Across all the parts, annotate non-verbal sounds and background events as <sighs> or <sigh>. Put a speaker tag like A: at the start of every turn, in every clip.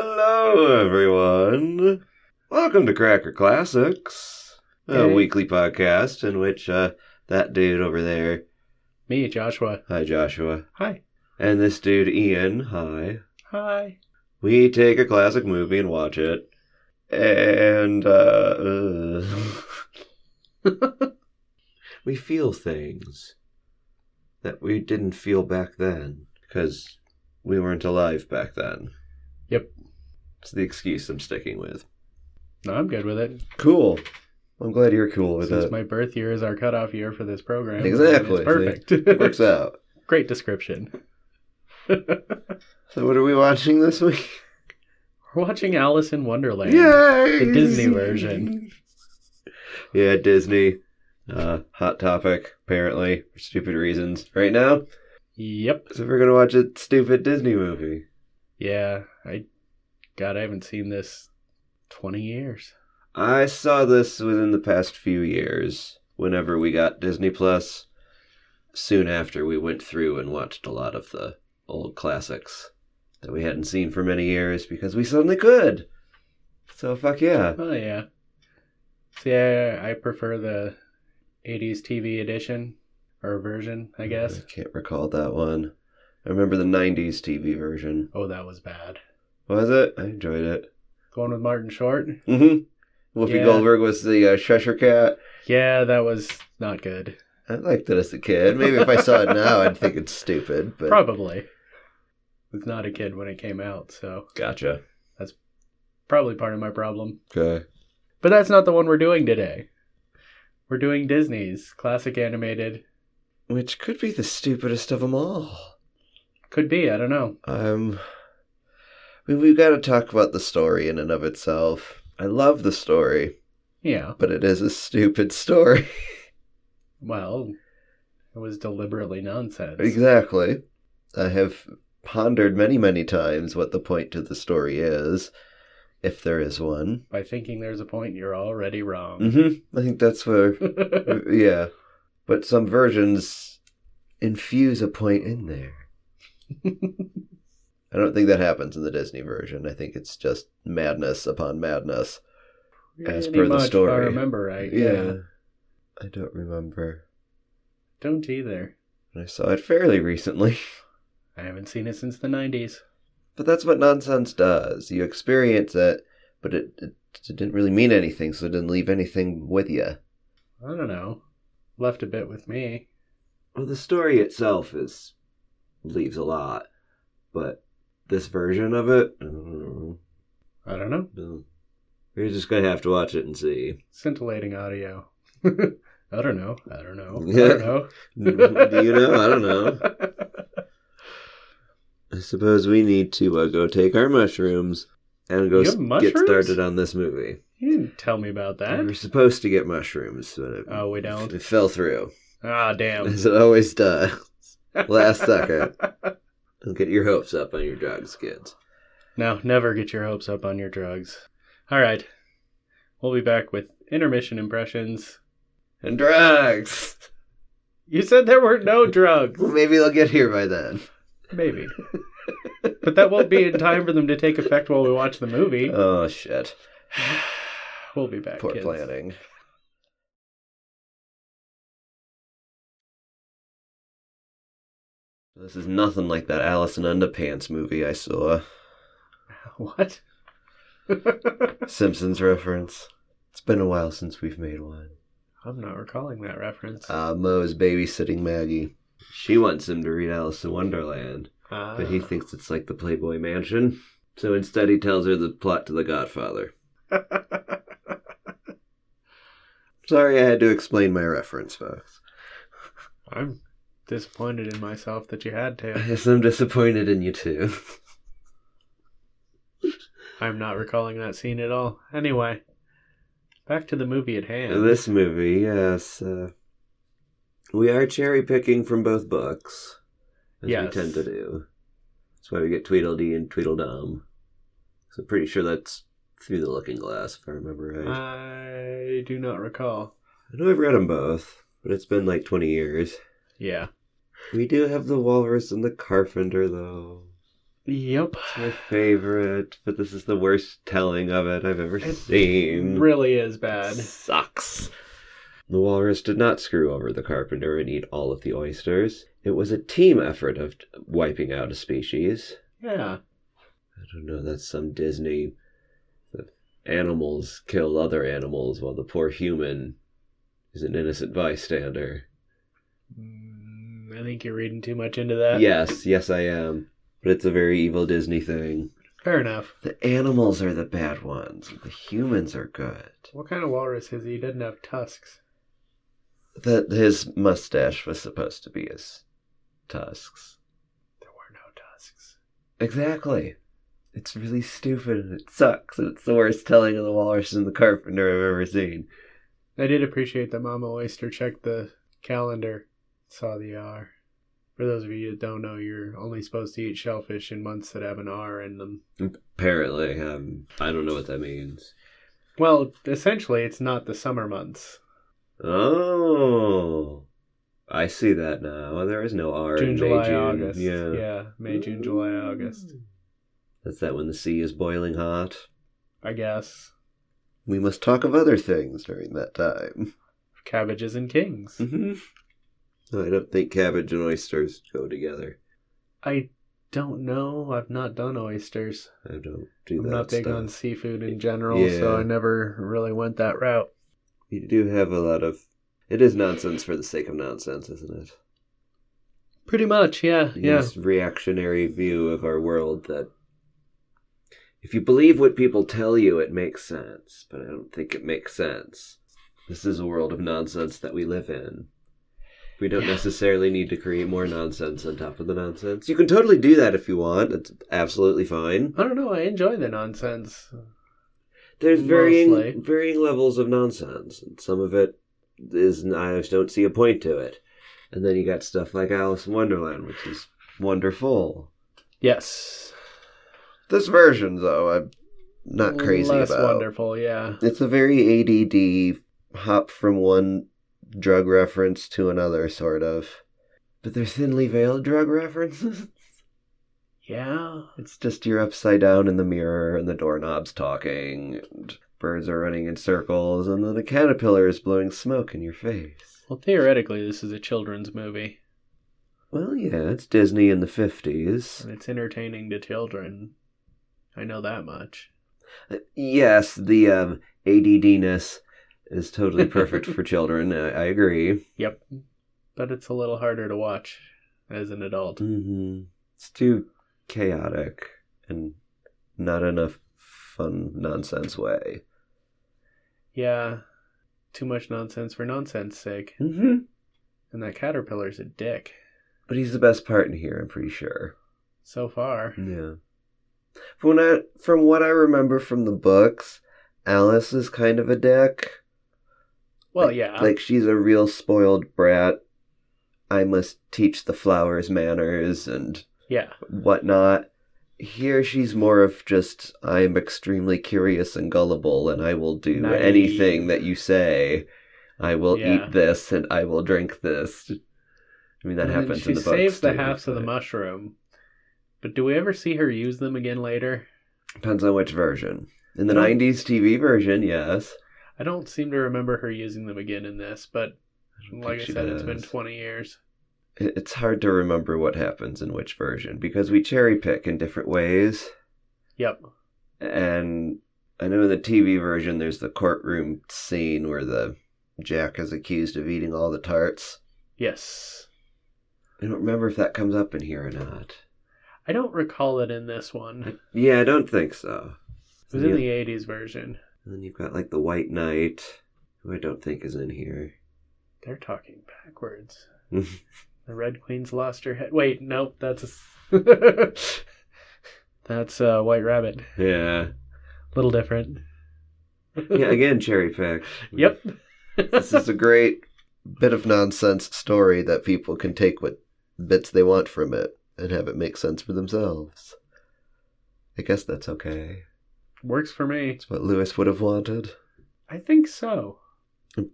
A: Hello, everyone. Welcome to Cracker Classics, a
B: Hey.
A: weekly podcast in which uh, that dude over there,
B: Me, Joshua.
A: hi Joshua,
B: Hi.
A: and this dude Ian, hi,
B: Hi.
A: we take a classic movie and watch it, and uh, uh, <laughs> we feel things that we didn't feel back then because we weren't alive back then.
B: Yep.
A: It's the excuse I'm sticking with.
B: No, I'm good with it.
A: Cool. I'm glad you're cool with
B: Since
A: it.
B: my birth year is our cutoff year for this program.
A: Exactly.
B: It's
A: It
B: perfect.
A: works out.
B: <laughs> Great description.
A: So what are we watching this week?
B: <laughs> We're watching Alice in Wonderland.
A: Yay!
B: The Disney version.
A: <laughs> Yeah, Disney. Uh, hot topic, apparently, for stupid reasons. Right now,
B: Yep.
A: so we're gonna watch a stupid Disney movie.
B: Yeah. I God, I haven't seen this twenty years.
A: I saw this within the past few years. Whenever we got Disney Plus, soon after we went through and watched a lot of the old classics that we hadn't seen for many years because we suddenly could. So fuck yeah.
B: Oh yeah. So yeah, I prefer the eighties TV edition or version, I guess.
A: I can't recall that one. I remember the 90s TV version.
B: Oh, that was bad.
A: Was it? I enjoyed it.
B: Going with Martin Short?
A: Mm-hmm. Whoopi
B: Yeah.
A: Goldberg was the uh, Cheshire Cat.
B: Yeah, that was not good.
A: I liked it as a kid. Maybe if I saw it now, I'd think it's stupid. But
B: Probably. Was not a kid when it came out, so
A: gotcha.
B: probably part of my problem.
A: Okay.
B: But that's not the one we're doing today. We're doing Disney's classic animated.
A: Which could be the stupidest of them all.
B: Could be, I don't know.
A: Um, I mean, we've got to talk about the story in and of itself. I love the story,
B: Yeah.
A: but it is a stupid <laughs> story.
B: Well, it was deliberately nonsense.
A: Exactly. I have pondered many, many times what the point to the story is, if there is one.
B: By thinking there's a point, you're already wrong.
A: Mm-hmm. I think that's where, Mm-hmm.
B: <laughs>
A: yeah. But some versions infuse a point in <laughs> there. I don't think that happens in the Disney version. I think it's just madness upon madness. As
B: Pretty
A: per the
B: much, If I
A: story.
B: remember right.
A: I don't remember.
B: Don't either.
A: I saw it fairly recently. <laughs>
B: I haven't seen it since the 90s.
A: But that's what nonsense does. You experience it, but it, it, it didn't really mean anything, so it didn't leave anything with you.
B: I don't know. Left a bit with me.
A: Well, the story itself is leaves a lot, but this version of it, mm, I don't
B: I don't know.
A: know. You're just gonna have to watch it and see.
B: scintillating audio. <laughs> I don't know. I don't know. I don't
A: <laughs> <laughs>
B: know.
A: you know, I don't know. I suppose we need to uh, go take our mushrooms and go
B: You
A: s-
B: have
A: get
B: mushrooms?
A: started on this movie.
B: <laughs> You didn't tell me about
A: We were
B: that.
A: supposed to get mushrooms, but it,
B: Oh, we don't.
A: it fell through, <laughs>
B: Ah, damn.
A: as it always does.
B: <laughs>
A: Last second. Don't get your hopes up on your drugs, kids.
B: No, never get your hopes up on your drugs. All right. We'll be back with intermission impressions.
A: And drugs!
B: You said there were
A: <laughs>
B: no drugs.
A: Well, maybe they'll get here by then.
B: Maybe. But that won't be in time for them to take effect while we watch the movie.
A: Oh, shit.
B: We'll be back.
A: Poor
B: kids.
A: planning. This is nothing like that Alice in Underpants movie I
B: <laughs>
A: saw.
B: <laughs> What? <laughs>
A: Simpsons reference. It's been a while since we've made one.
B: I'm not recalling that reference.
A: Uh, Mo is babysitting Maggie. She wants him to read Alice in Wonderland. But he
B: Ah.
A: thinks it's like the Playboy Mansion. So instead, he tells her the plot to The
B: <laughs>
A: Godfather. Sorry, I had to explain my reference, folks.
B: I'm disappointed in myself that you had
A: I
B: to.
A: guess <laughs> I'm disappointed in you too.
B: I'm not recalling that scene at all. Anyway, back to the movie at hand.
A: <laughs> this movie, yes, uh, we are cherry picking from both books, as we
B: Yes.
A: tend to do. That's why we get Tweedledee and Tweedledum. So I'm pretty sure that's through the Looking Glass, if I remember right.
B: Uh, I do not recall.
A: I know I've read them both, but it's been like 20 years.
B: Yeah.
A: We do have the walrus and the carpenter, though.
B: Yep.
A: My favorite, but this is the worst telling of it I've ever
B: It
A: seen.
B: Really is bad.
A: Sucks. The walrus did not screw over the carpenter and eat all of the oysters. It was a team effort of t- wiping out a species.
B: Yeah.
A: I don't know, that's some Disney. The animals kill other animals while the poor human is an innocent bystander.
B: Mm, I think you're reading too much into that.
A: Yes, yes, I am. But it's a very evil Disney thing.
B: Fair enough.
A: The animals are the bad ones, the humans are good.
B: What kind of walrus is he? He doesn't have tusks.
A: That his mustache was supposed to be his tusks.
B: There were no tusks.
A: Exactly. It's really stupid and it sucks, and it's the worst telling of the walrus and the carpenter I've ever seen.
B: I did appreciate that Mama Oyster checked the calendar, saw the R. For those of you that don't know, you're only supposed to eat shellfish in months that have an R in them.
A: Apparently, um, I don't know what that means.
B: Well, essentially, it's not the summer months.
A: Oh, I see that now. There is no R
B: June,
A: in May,
B: July,
A: June.
B: August.
A: Yeah.
B: May, June, July, August.
A: That's that when the sea is boiling hot.
B: I guess.
A: We must talk of other things during that time.
B: Cabbages and kings.
A: Mm-hmm. <laughs> I don't think cabbage and oysters go together.
B: I don't know. I've not done oysters.
A: I don't do
B: I'm
A: that
B: not big
A: stuff.
B: on seafood in general,
A: Yeah.
B: so I never really went that route.
A: You do have a lot of. It is nonsense for the sake of nonsense, isn't it?
B: Pretty much, yeah, yeah.
A: This reactionary view of our world that if you believe what people tell you, it makes sense, but I don't think it makes sense. This is a world of nonsense that we live in. We don't
B: Yeah.
A: necessarily need to create more nonsense on top of the nonsense. You can totally do that if you want. It's absolutely fine.
B: I don't know. I enjoy the nonsense.
A: There's
B: Mostly.
A: varying varying levels of nonsense, and some of it is I just don't see a point to it. And then you got stuff like Alice in Wonderland, which is wonderful.
B: Yes.
A: This version, though, I'm not crazy
B: Less
A: about.
B: wonderful, yeah.
A: It's a very ADD hop from one drug reference to another, sort of. But they're thinly veiled drug references. <laughs>
B: Yeah.
A: it's just you're upside down in the mirror, and the doorknob's talking, and birds are running in circles, and then a caterpillar is blowing smoke in your face.
B: Well, theoretically, this is a children's movie.
A: Well, yeah, it's Disney in the 50s.
B: And it's entertaining to children. I know that much.
A: Uh, Yes, the um, ADDness is totally perfect for children. I, I agree.
B: Yep. But it's a little harder to watch as an adult.
A: Mm-hmm. It's too chaotic and not enough fun nonsense way.
B: Yeah. Too much nonsense for nonsense sake.
A: Mm-hmm.
B: And that caterpillar's a dick.
A: But he's the best part in here, I'm pretty sure.
B: So far.
A: Yeah. From what I, from what I remember from the books, Alice is kind of a dick.
B: Well,
A: Like-
B: yeah.
A: Like she's a real spoiled brat. I must teach the flowers manners and
B: yeah.
A: whatnot. Here she's more of just I am extremely curious and gullible and I will do
B: Naive.
A: anything that you say. I will
B: Yeah.
A: eat this and I will drink this. I mean that
B: And then
A: happens
B: she
A: in the books.
B: saves the
A: too,
B: halves of the
A: but-
B: mushroom. But do we ever see her use them again later?
A: Depends on which version. In the
B: No.
A: 90s TV version, yes.
B: I don't seem to remember her using them again in this, but
A: don't
B: like I
A: think she
B: said, it's been
A: does.
B: 20 years.
A: It- It's hard to remember what happens in which version because we cherry pick in different ways.
B: Yep.
A: And I know in the TV version, there's the courtroom scene where the Jack is accused of eating all the tarts.
B: Yes.
A: I don't remember if that comes up in here or not.
B: I don't recall it in this one.
A: Yeah, I don't think so.
B: It was in the 80s version.
A: And then you've got like the White Knight, who I don't think is in here.
B: They're talking
A: <laughs>
B: backwards. The Red Queen's lost her head. Wait, nope, that's a... s- <laughs> that's uh, White Rabbit.
A: yeah.
B: little different.
A: <laughs> Yeah, again, cherry pick.
B: Yep. <laughs>
A: this is a great bit of nonsense story that people can take what bits they want from it and have it make sense for themselves. I guess that's okay.
B: Works for me.
A: It's what Lewis would have wanted.
B: I think so.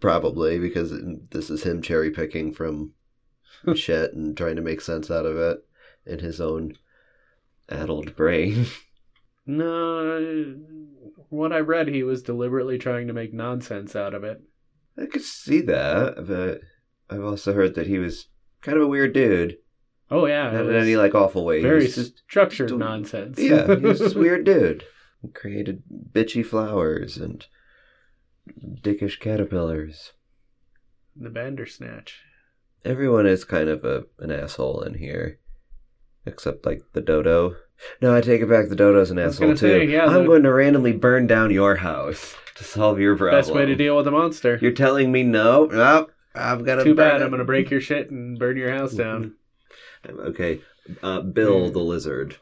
A: Probably, because this is him cherry picking from shit and trying to make sense out of it in his own addled brain. <laughs>
B: No, what I read, he was deliberately trying to make nonsense out of it.
A: I could see that, but I've also heard that he was kind of a weird dude.
B: Oh yeah, it
A: Not in
B: was
A: any like awful way. He
B: very
A: was just
B: structured
A: just a-
B: nonsense.
A: yeah, he
B: <laughs>
A: was this weird dude. He created bitchy flowers and dickish caterpillars.
B: the Bandersnatch.
A: Everyone is kind of a an asshole in here, except like the dodo. No, I take it back. The dodo's an
B: I was
A: asshole
B: gonna
A: too.
B: say, yeah,
A: I'm
B: the-
A: going to randomly burn down your house to solve your problem.
B: Best way to deal with a monster.
A: You're telling me no? No, I'm gonna.
B: Too
A: burn
B: bad.
A: it.
B: I'm gonna break your shit and burn your
A: <laughs>
B: house down.
A: Okay, uh, Bill the lizard.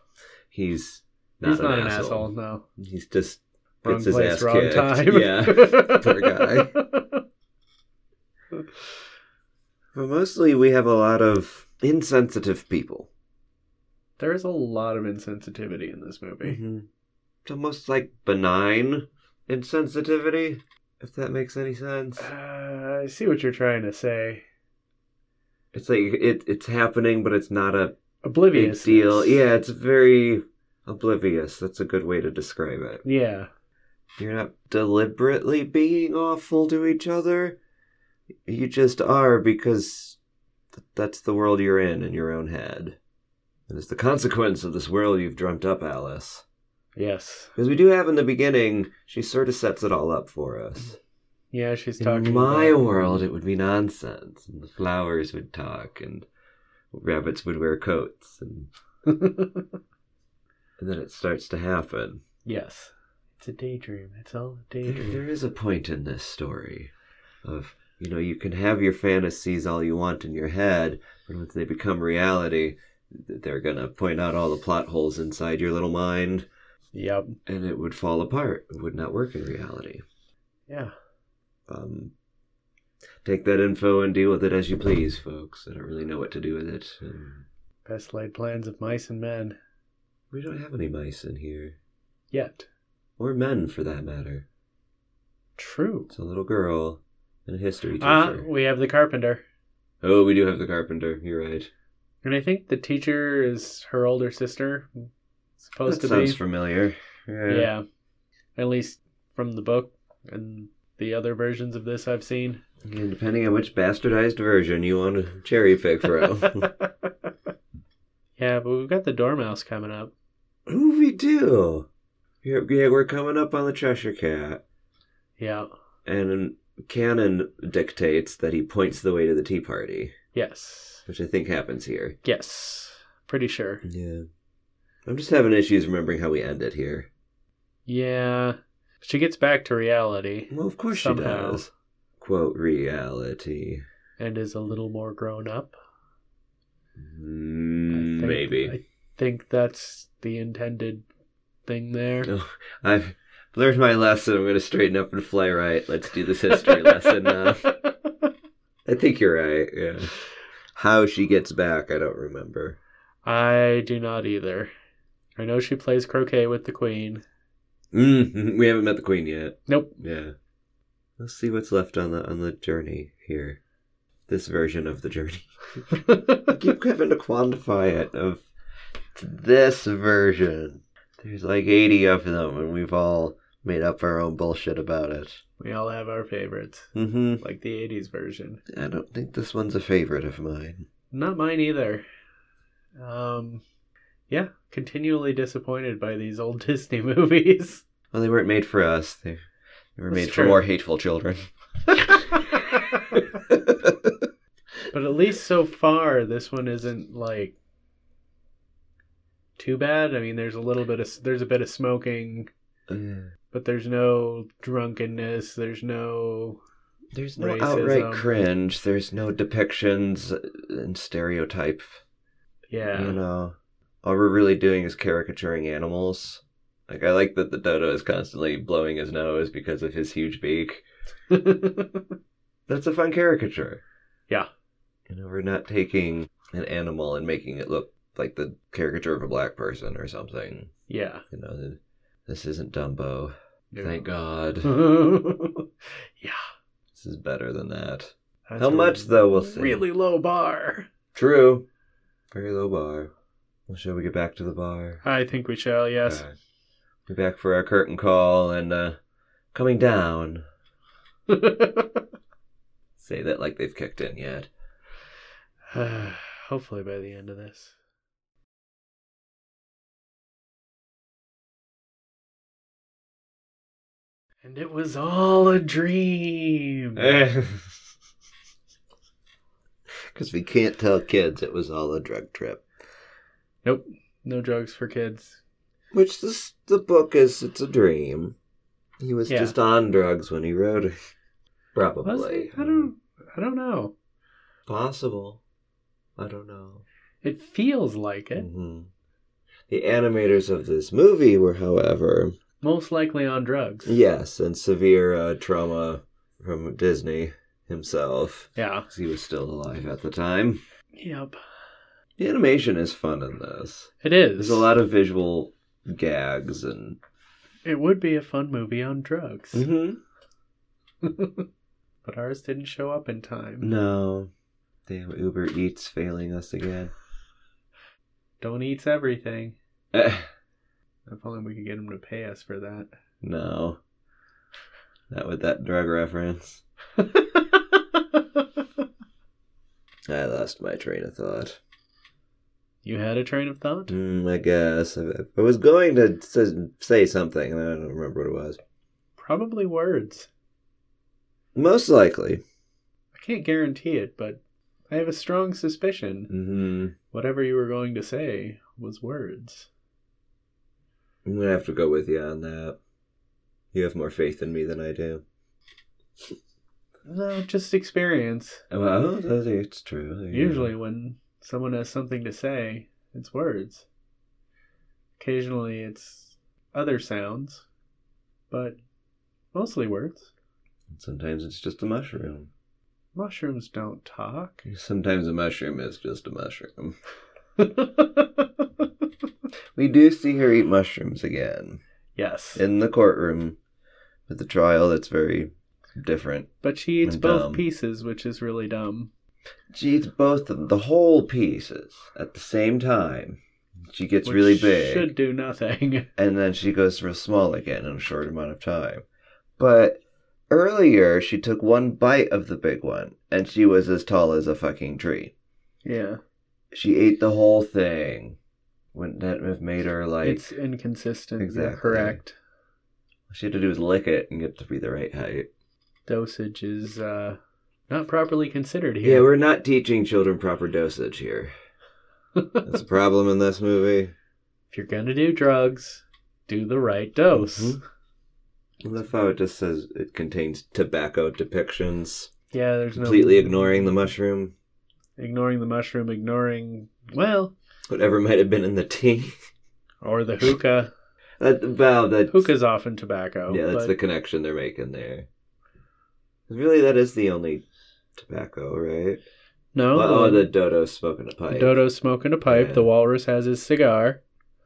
A: He's not,
B: He's
A: an,
B: not an
A: asshole.
B: asshole. No,
A: He's just
B: wrong
A: gets his
B: place,
A: ass
B: wrong
A: kicked.
B: time.
A: <laughs>
B: <laughs>
A: Yeah.
B: poor
A: guy. But mostly, we have a lot of insensitive people.
B: There's a lot of insensitivity in this movie.
A: Mm-hmm. It's almost like benign insensitivity, if that makes any sense.
B: Uh, I see what you're trying to say.
A: It's like it, it's happening, but it's not a big
B: Oblivious
A: deal. Yeah, it's very oblivious. That's a good way to describe it.
B: Yeah.
A: You're not deliberately being awful to each other. You just are because th- that's the world you're in in your own head. And it's the consequence of this world you've dreamt up, Alice.
B: Yes.
A: Because we do have in the beginning, she sort of sets it all up for us.
B: Yeah, she's talking.
A: In my
B: about-
A: world, it would be nonsense, and the flowers would talk, and rabbits would wear coats, and, and then it starts to happen.
B: <laughs> yes. It's a daydream. It's all a
A: There-
B: daydream.
A: there is a point in this story of, you know, you can have your fantasies all you want in your head, but once they become reality, th- they're going to point out all the plot holes inside your little mind,
B: yep.
A: and it would fall apart. It would not work in reality.
B: Yeah.
A: um, take that info and deal with it as you please, folks. I don't really know what to do with it. Um,
B: Best laid plans of mice and men.
A: we don't have any mice in here,
B: Yet.
A: or men for that matter.
B: True.
A: It's a little girl and a history
B: Ah,
A: teacher.
B: we have the carpenter.
A: oh, we do have the carpenter. You're right.
B: And I think the teacher is her older sister. Supposed
A: That
B: to be.
A: sounds familiar.
B: yeah. At least from the book and the other versions of this I've seen.
A: And depending on which bastardized version you want to cherry pick from.
B: <laughs> yeah, but we've got the dormouse coming up.
A: Ooh, we do. Yeah, yeah, we're coming up on the Cheshire Cat.
B: Yeah.
A: And canon dictates that he points the way to the Tea Party,
B: Yes.
A: which I think happens here.
B: Yes. Pretty sure.
A: Yeah. I'm just having issues remembering how we end it here.
B: Yeah. She gets back to reality
A: Well, of course
B: Somehow.
A: she does. Quote, reality.
B: and is a little more grown up. I
A: Mm,
B: think-
A: Maybe.
B: I think that's the intended thing there.
A: No. I've learned my lesson. I'm going to straighten up and fly right. Let's do this history lesson
B: <laughs>
A: uh. now. I think you're right. Yeah. How she gets back, I don't remember.
B: I do not either. I know she plays croquet with the queen.
A: Mm, we haven't met the queen yet.
B: Nope. <laughs>
A: Yeah. Let's see what's left on the on the journey here. This version of the journey. <laughs> keep having to quantify it of this version. There's like 80 of them, and we've all made up our own bullshit about it.
B: we all have our favorites,
A: Mm-hmm.
B: like the 80s version.
A: I don't think this one's a favorite of mine.
B: Not mine either. Um, yeah, continually disappointed by these old <laughs> Disney movies.
A: Well, they weren't made for us. They, they were
B: That's
A: made
B: true.
A: for more hateful
B: <laughs>
A: children. <laughs>
B: but at least so far, this one isn't like too bad. I mean, there's a little bit of there's a bit of smoking,
A: Mm.
B: but there's no drunkenness. There's no
A: There's no
B: Racism.
A: outright cringe. There's no depictions and stereotype.
B: yeah.
A: You know, all we're really doing is caricaturing animals. Like I like that the dodo is constantly blowing his nose because of his huge beak. That's a fun caricature.
B: Yeah.
A: You know, we're not taking an animal and making it look like the caricature of a black person or something.
B: <laughs> yeah.
A: You know, th- this isn't Dumbo. Thank
B: <laughs>
A: God.
B: Hmm.
A: this
B: yeah.
A: is better than that.
B: That's
A: How
B: a
A: much though? We'll see.
B: Really low bar.
A: True. Very low bar. Well, shall we get back to the bar?
B: I think we shall, yes.
A: All right. Be back for our curtain call and uh, coming down.
B: <laughs>
A: Say that like they've kicked in yet.
B: <sighs> Hopefully by the end of this. And it was all a dream.
A: Eh. Because we can't tell kids it was all a drug trip.
B: No drugs for kids.
A: Which this the book is it's a dream. He was
B: Yeah.
A: just on drugs when he wrote it. <laughs> Probably.
B: Was he? I don't I don't know.
A: possible. I don't know.
B: It feels like it.
A: hmm The animators of this movie were, however,
B: Most likely on drugs.
A: yes, in severe uh, trauma from Disney himself.
B: Yeah.
A: 'cause He was still alive at the time.
B: Yep.
A: The animation is fun in this.
B: It is.
A: There's a lot of visual gags and
B: It would be a fun movie on drugs.
A: Mm-hmm.
B: But ours didn't show up in time.
A: no, damn Uber Eats failing us again.
B: Don't eat everything.
A: Eh,
B: If only we could get him to pay us for that.
A: no, not with that drug reference.
B: <laughs>
A: I lost my train of thought.
B: you had a train of thought?
A: Mm, I guess I, I was going to s- say something, and I don't remember what it was.
B: Probably words.
A: Most likely.
B: I can't guarantee it, but I have a strong suspicion
A: hmm
B: whatever you were going to say was words.
A: I'm gonna have to go with you on that. You have more faith in me than I do.
B: No, Uh, just experience.
A: Well, I think it's true. yeah.
B: Usually, when someone has something to say, it's words. Occasionally, it's other sounds, but mostly words.
A: sometimes it's just a mushroom.
B: Mushrooms don't talk. <laughs>
A: Sometimes a mushroom is just a mushroom.
B: yes.
A: We do see her eat mushrooms again in the courtroom, but the trial that's very different.
B: But she eats
A: And dumb.
B: both pieces, which is really dumb.
A: She eats both of the whole pieces at the same time. She gets
B: which
A: really big.
B: Should do nothing. <laughs>
A: and then she goes real small again in a short amount of time. But earlier, she took one bite of the big one, and she was as tall as a fucking tree.
B: yeah.
A: She ate the whole thing. Wouldn't that have made her like
B: it's inconsistent. You're
A: Exactly.
B: Correct.
A: all she had to do was lick it and get to be the right height?
B: Dosage is uh, not properly considered
A: Yeah,
B: here.
A: we're not teaching children proper dosage <laughs> here. That's a problem in this movie.
B: if you're gonna do drugs, do the right dose.
A: Mhm. I love how it just says it contains tobacco depictions,
B: Yeah, there's
A: completely
B: no
A: ignoring the mushroom,
B: ignoring the mushroom, ignoring well,
A: whatever might have been in the tea. <laughs>
B: or the hookah.
A: That, wow, that
B: Hookah's often tobacco.
A: yeah, that's
B: but
A: the connection they're making there. Really, that is the only tobacco, right?
B: no.
A: Well, oh,
B: the,
A: the dodo's smoking a
B: the
A: pipe.
B: dodo's smoking a pipe.
A: Yeah.
B: The walrus has his cigar.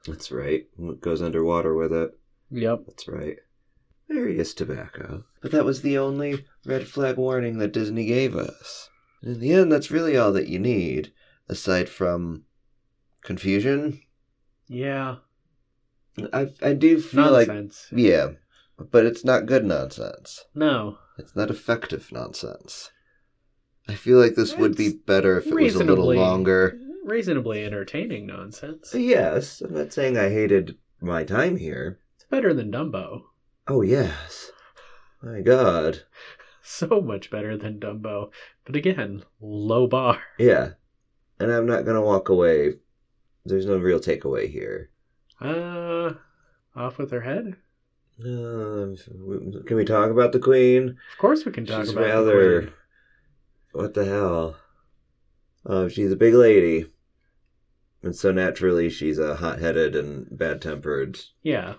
A: That's right. It goes underwater with it.
B: Yep.
A: That's right. There is tobacco. But that was the only red flag warning that Disney gave us. And in the end, that's really all that you need, aside from confusion.
B: Yeah.
A: I I do feel like
B: Nonsense.
A: yeah, but it's not good nonsense.
B: no.
A: It's not effective nonsense. I feel like this would be
B: It's
A: better if it was a little
B: reasonably-
A: longer.
B: Reasonably entertaining nonsense.
A: Yes, I'm not saying I hated my time here.
B: It's better than Dumbo.
A: Oh, yes. My God.
B: <laughs> So much better than Dumbo. But again, low bar.
A: Yeah. And I'm not going to walk away. There's no real takeaway here.
B: Uh, off with her head.
A: Um, can we talk about the Queen?
B: Of course, we can talk
A: she's
B: about the
A: rather.
B: queen.
A: What the hell? Oh, she's a big lady. And so naturally, she's a hot headed and bad tempered
B: Yeah,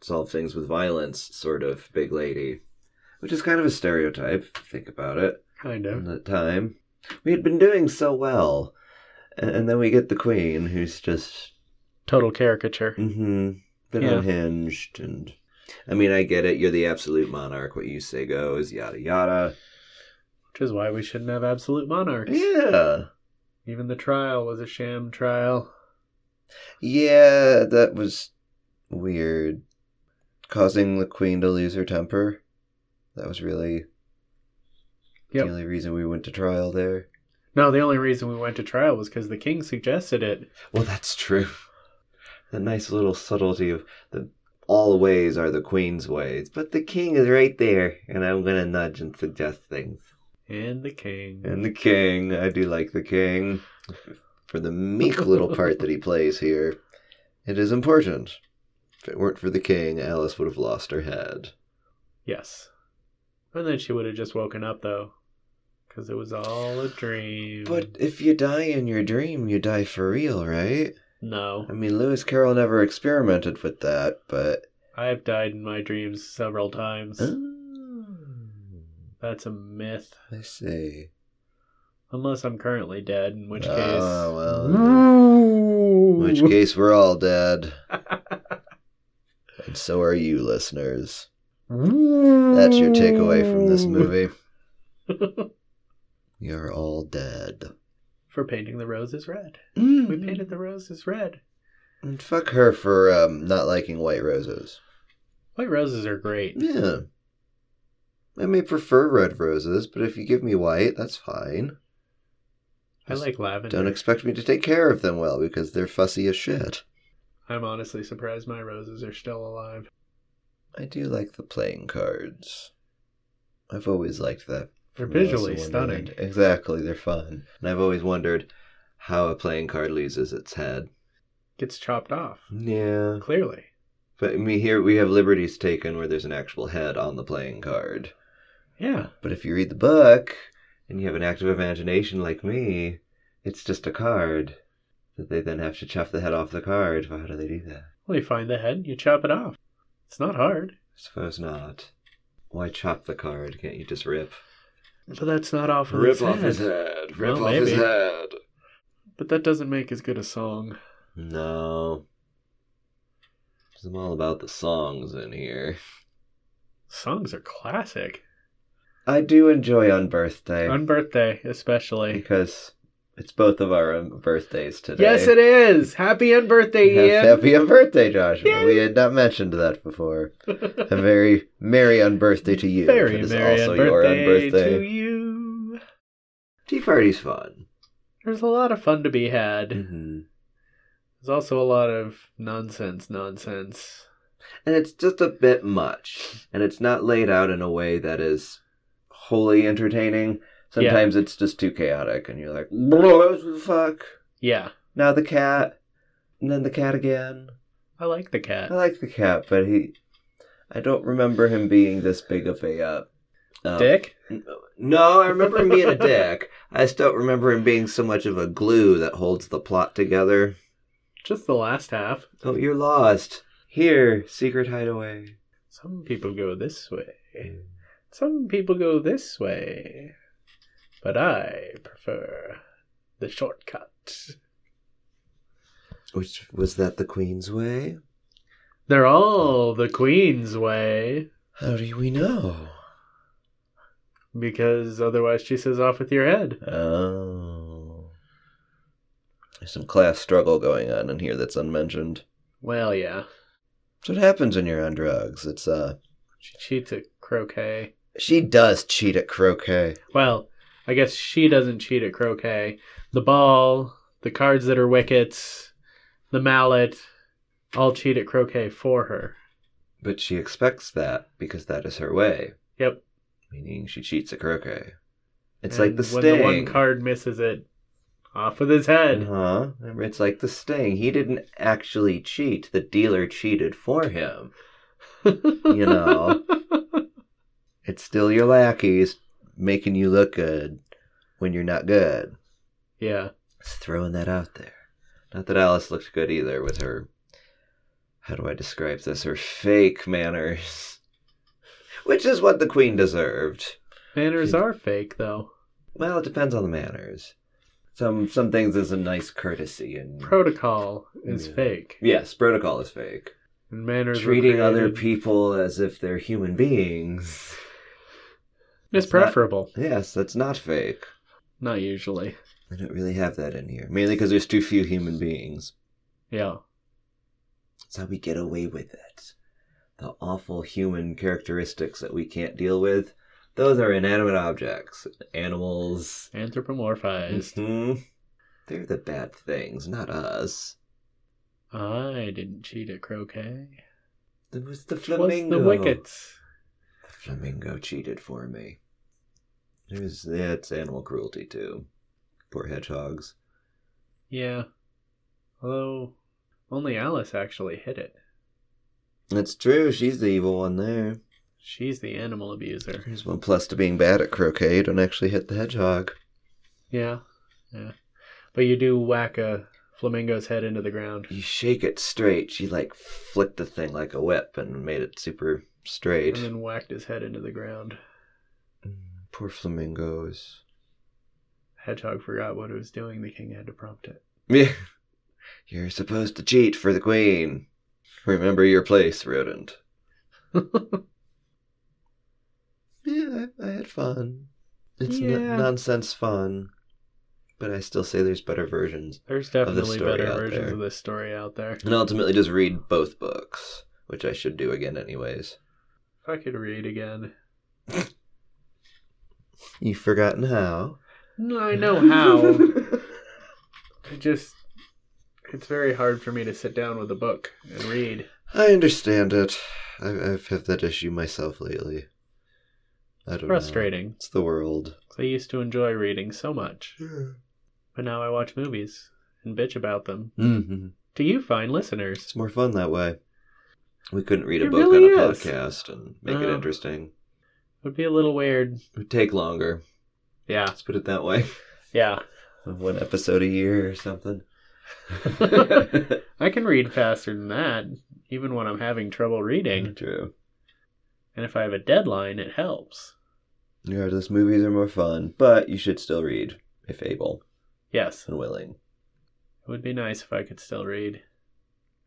A: solve things with violence sort of big lady, which is kind of a stereotype, if you think about it,
B: kind
A: in
B: of.
A: the time. We had been doing so well. And, and then we get the queen, who's just,
B: Total caricature.
A: mm-hmm, been
B: Yeah.
A: unhinged. And I mean, I get it. You're the absolute monarch. What you say goes, yada, yada.
B: Which is why we shouldn't have absolute monarchs.
A: Yeah.
B: Even the trial was a sham trial.
A: Yeah, that was weird. Causing the queen to lose her temper. That was really
B: Yep.
A: the only reason we went to trial there.
B: No, the only reason we went to trial was because the king suggested it.
A: Well, that's true. <laughs> The nice little subtlety of the all ways are the queen's ways, but the king is right there, and I'm gonna nudge and suggest things.
B: And the king.
A: And the king, I do like the king for the meek little part that he plays here. It is important. If it weren't for the king, Alice would have lost her head.
B: Yes. And then she would have just woken up, though. Because it was all a dream.
A: But if you die in your dream, you die for real, right?
B: No.
A: I mean, Lewis Carroll never experimented with that, but.
B: I've died in my dreams several times. That's a myth.
A: I see.
B: Unless I'm currently dead, in which
A: Oh,
B: case.
A: well. In which case, we're all dead. and so are you, listeners. That's your takeaway from this movie. You're all dead.
B: <laughs> For painting the roses red. We painted the roses red.
A: And fuck her for um, not liking white roses.
B: White roses are great.
A: Yeah. I may prefer red roses, but if you give me white, that's fine.
B: I like lavender.
A: Don't expect me to take care of them well because they're fussy as shit.
B: I'm honestly surprised my roses are still alive.
A: I do like the playing cards. I've always liked that.
B: They're
A: from Alice in
B: visually
A: Wonderland.
B: stunning.
A: Exactly, they're fun. And I've always wondered how a playing card loses its head.
B: Gets chopped off.
A: Yeah.
B: Clearly.
A: But I mean, here we have liberties taken where there's an actual head on the playing card.
B: Yeah.
A: But if you read the book and you have an active imagination like me, it's just a card that they then have to chop the head off the card. Well, how do they do that?
B: Well, you find the head, you chop it off. It's not hard.
A: suppose not. Why chop the card? Can't you just rip?
B: But that's not off of his head.
A: head.
B: Rip Well, off his maybe.
A: head.
B: But that doesn't make as good a song.
A: No. 'Cause I'm all about the songs in here.
B: Songs are classic.
A: I do enjoy on birthday
B: On birthday, especially.
A: because it's both of our um, birthdays today.
B: Yes, it is. Happy end birthday, Ian.
A: Have- Happy on birthday, Joshua.
B: Yay.
A: We had not mentioned that before.
B: <laughs>
A: A very merry on birthday to you.
B: Very
A: It is
B: merry
A: also
B: end
A: your on
B: birthday to
A: birthday.
B: you.
A: Tea party's fun.
B: There's a lot of fun to be had.
A: hmm
B: There's also a lot of nonsense, nonsense.
A: And it's just a bit much. And it's not laid out in a way that is wholly entertaining. Sometimes it's just too chaotic, and you're like, "Bro, fuck."
B: Yeah,
A: Now the cat, and then the cat again.
B: I like the
A: I
B: cat.
A: like the cat, but he, I don't remember him being this big of a uh, um,
B: Dick?
A: No, I remember him being a dick. I just don't remember him being so much of a glue that holds the plot together.
B: Just the last half.
A: Oh, you're lost. Here, secret hideaway.
B: Some people go this way. Some people go this way. But I prefer the shortcut.
A: Which was that the Queen's way?
B: They're all the Queen's way.
A: How do we know?
B: Because otherwise she says off with your head.
A: Oh. There's some class struggle going on in here that's unmentioned.
B: Well, yeah.
A: That's what happens when you're on drugs. It's, uh,
B: She cheats at croquet.
A: she does cheat at croquet.
B: Well, I guess she doesn't cheat at croquet. The ball, the cards that are wickets, the mallet, all cheat at croquet for her.
A: But she expects that because that is her way.
B: Yep.
A: Meaning she cheats at croquet. It's like
B: And
A: the
B: when
A: sting.
B: the one card misses it, off with his head.
A: Uh-huh. It's like the sting. He didn't actually cheat. The dealer cheated for him. Uh-huh.
B: <laughs>
A: You know. It's still your lackeys making you look good when you're not good.
B: Yeah.
A: Just throwing that out there. Not that Alice looked good either with her how do I describe this? Her fake manners. Which is what the queen deserved.
B: Manners
A: She-
B: are fake though.
A: Well, it depends on the manners. Some some things is a nice courtesy and
B: Protocol is
A: Yeah.
B: fake.
A: yes, protocol is fake.
B: And manners were
A: Treating other
B: created-
A: people as if they're human beings.
B: is
A: It's not-
B: preferable.
A: Yes, that's not fake.
B: Not usually.
A: I don't really have that in here, mainly because there's too few human beings.
B: Yeah.
A: That's how we get away with it. The awful human characteristics that we can't deal with, those are inanimate objects, animals. <laughs>
B: Anthropomorphized.
A: Mhm. They're the bad things, not us.
B: I didn't cheat at croquet.
A: It was the
B: What's
A: flamingo.
B: the wickets?
A: The flamingo cheated for me. It was, that's animal cruelty too. Poor hedgehogs.
B: Yeah. Although, only Alice actually hit it.
A: That's true. She's the evil one there.
B: She's the animal abuser.
A: <laughs> There's one plus to being bad at croquet. You don't actually hit the hedgehog.
B: Yeah, yeah. But you do whack a flamingo's head into the ground.
A: You shake it straight. She like flicked the thing like a whip and made it super straight.
B: And then whacked his head into the ground.
A: Mm, Poor flamingos.
B: Hedgehog forgot what it was doing. The king had to prompt it.
A: <laughs>
B: <laughs>
A: Yeah. You're supposed to cheat for the queen. Remember your place, rodent. Yeah, I, I had fun. It's n-
B: Yeah.
A: nonsense fun. But I still say there's better versions.
B: There's
A: the
B: definitely
A: story
B: better
A: out
B: versions
A: there.
B: of this story out there. If
A: And ultimately just read both books, which I should do again anyways.
B: I could read again.
A: You've forgotten how.
B: No, I know how. <laughs> I just. It's very hard for me to sit down with a book and read.
A: I understand it. I, I've had that issue myself lately. I don't know.
B: Frustrating.
A: It's the world.
B: 'cause I used to enjoy reading so much, but now I watch movies and bitch about them.
A: hmm
B: Do you find listeners?
A: It's more fun that way. We couldn't read a
B: It
A: book
B: really
A: on a
B: is.
A: podcast and make it
B: No.
A: interesting.
B: would be a little weird.
A: It would take longer.
B: Yeah,
A: Let's put it that way.
B: yeah.
A: <laughs> One episode a year or <laughs> something.
B: I can read faster than that, even when I'm having trouble reading.
A: True.
B: And if I have a deadline, it helps.
A: Yeah, those movies are more fun, but you should still read if able
B: Yes,
A: and willing.
B: it would be nice if I could still read.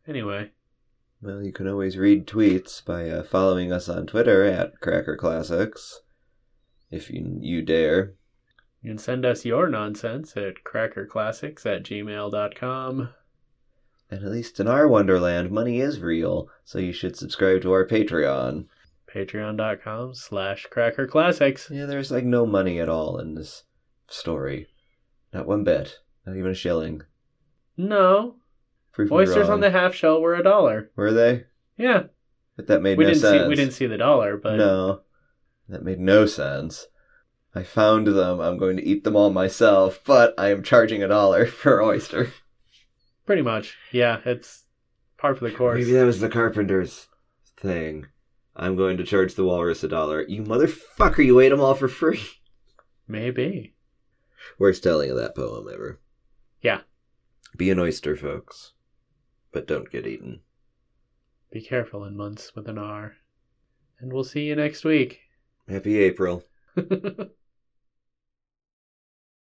B: Anyway,
A: Well, you can always read tweets by uh, following us on Twitter at Cracker Classics, if you you dare.
B: you can send us your nonsense at crackerclassics at gmail.com.
A: And at least in our wonderland, money is real, so you should subscribe to our Patreon.
B: Patreon.com slash crackerclassics.
A: Yeah, there's like no money at all in this story, not one bit, not even a shilling.
B: No.
A: Prove me
B: Oysters on
A: wrong.
B: the half shell were a dollar.
A: were they?
B: Yeah.
A: But that made
B: We
A: no
B: didn't
A: sense.
B: see we didn't see the dollar, but
A: No, that made no sense. I found them. I'm going to eat them all myself, but I am charging a dollar <laughs> per oyster.
B: pretty much. Yeah, it's par for the course.
A: Maybe that was the carpenter's thing. I'm going to charge the walrus a dollar. You motherfucker, you ate them all for free. <laughs>
B: Maybe.
A: Worst telling of that poem ever.
B: Yeah.
A: Be an oyster, folks, but don't get eaten.
B: Be careful in months with an R. And we'll see you next week.
A: Happy April.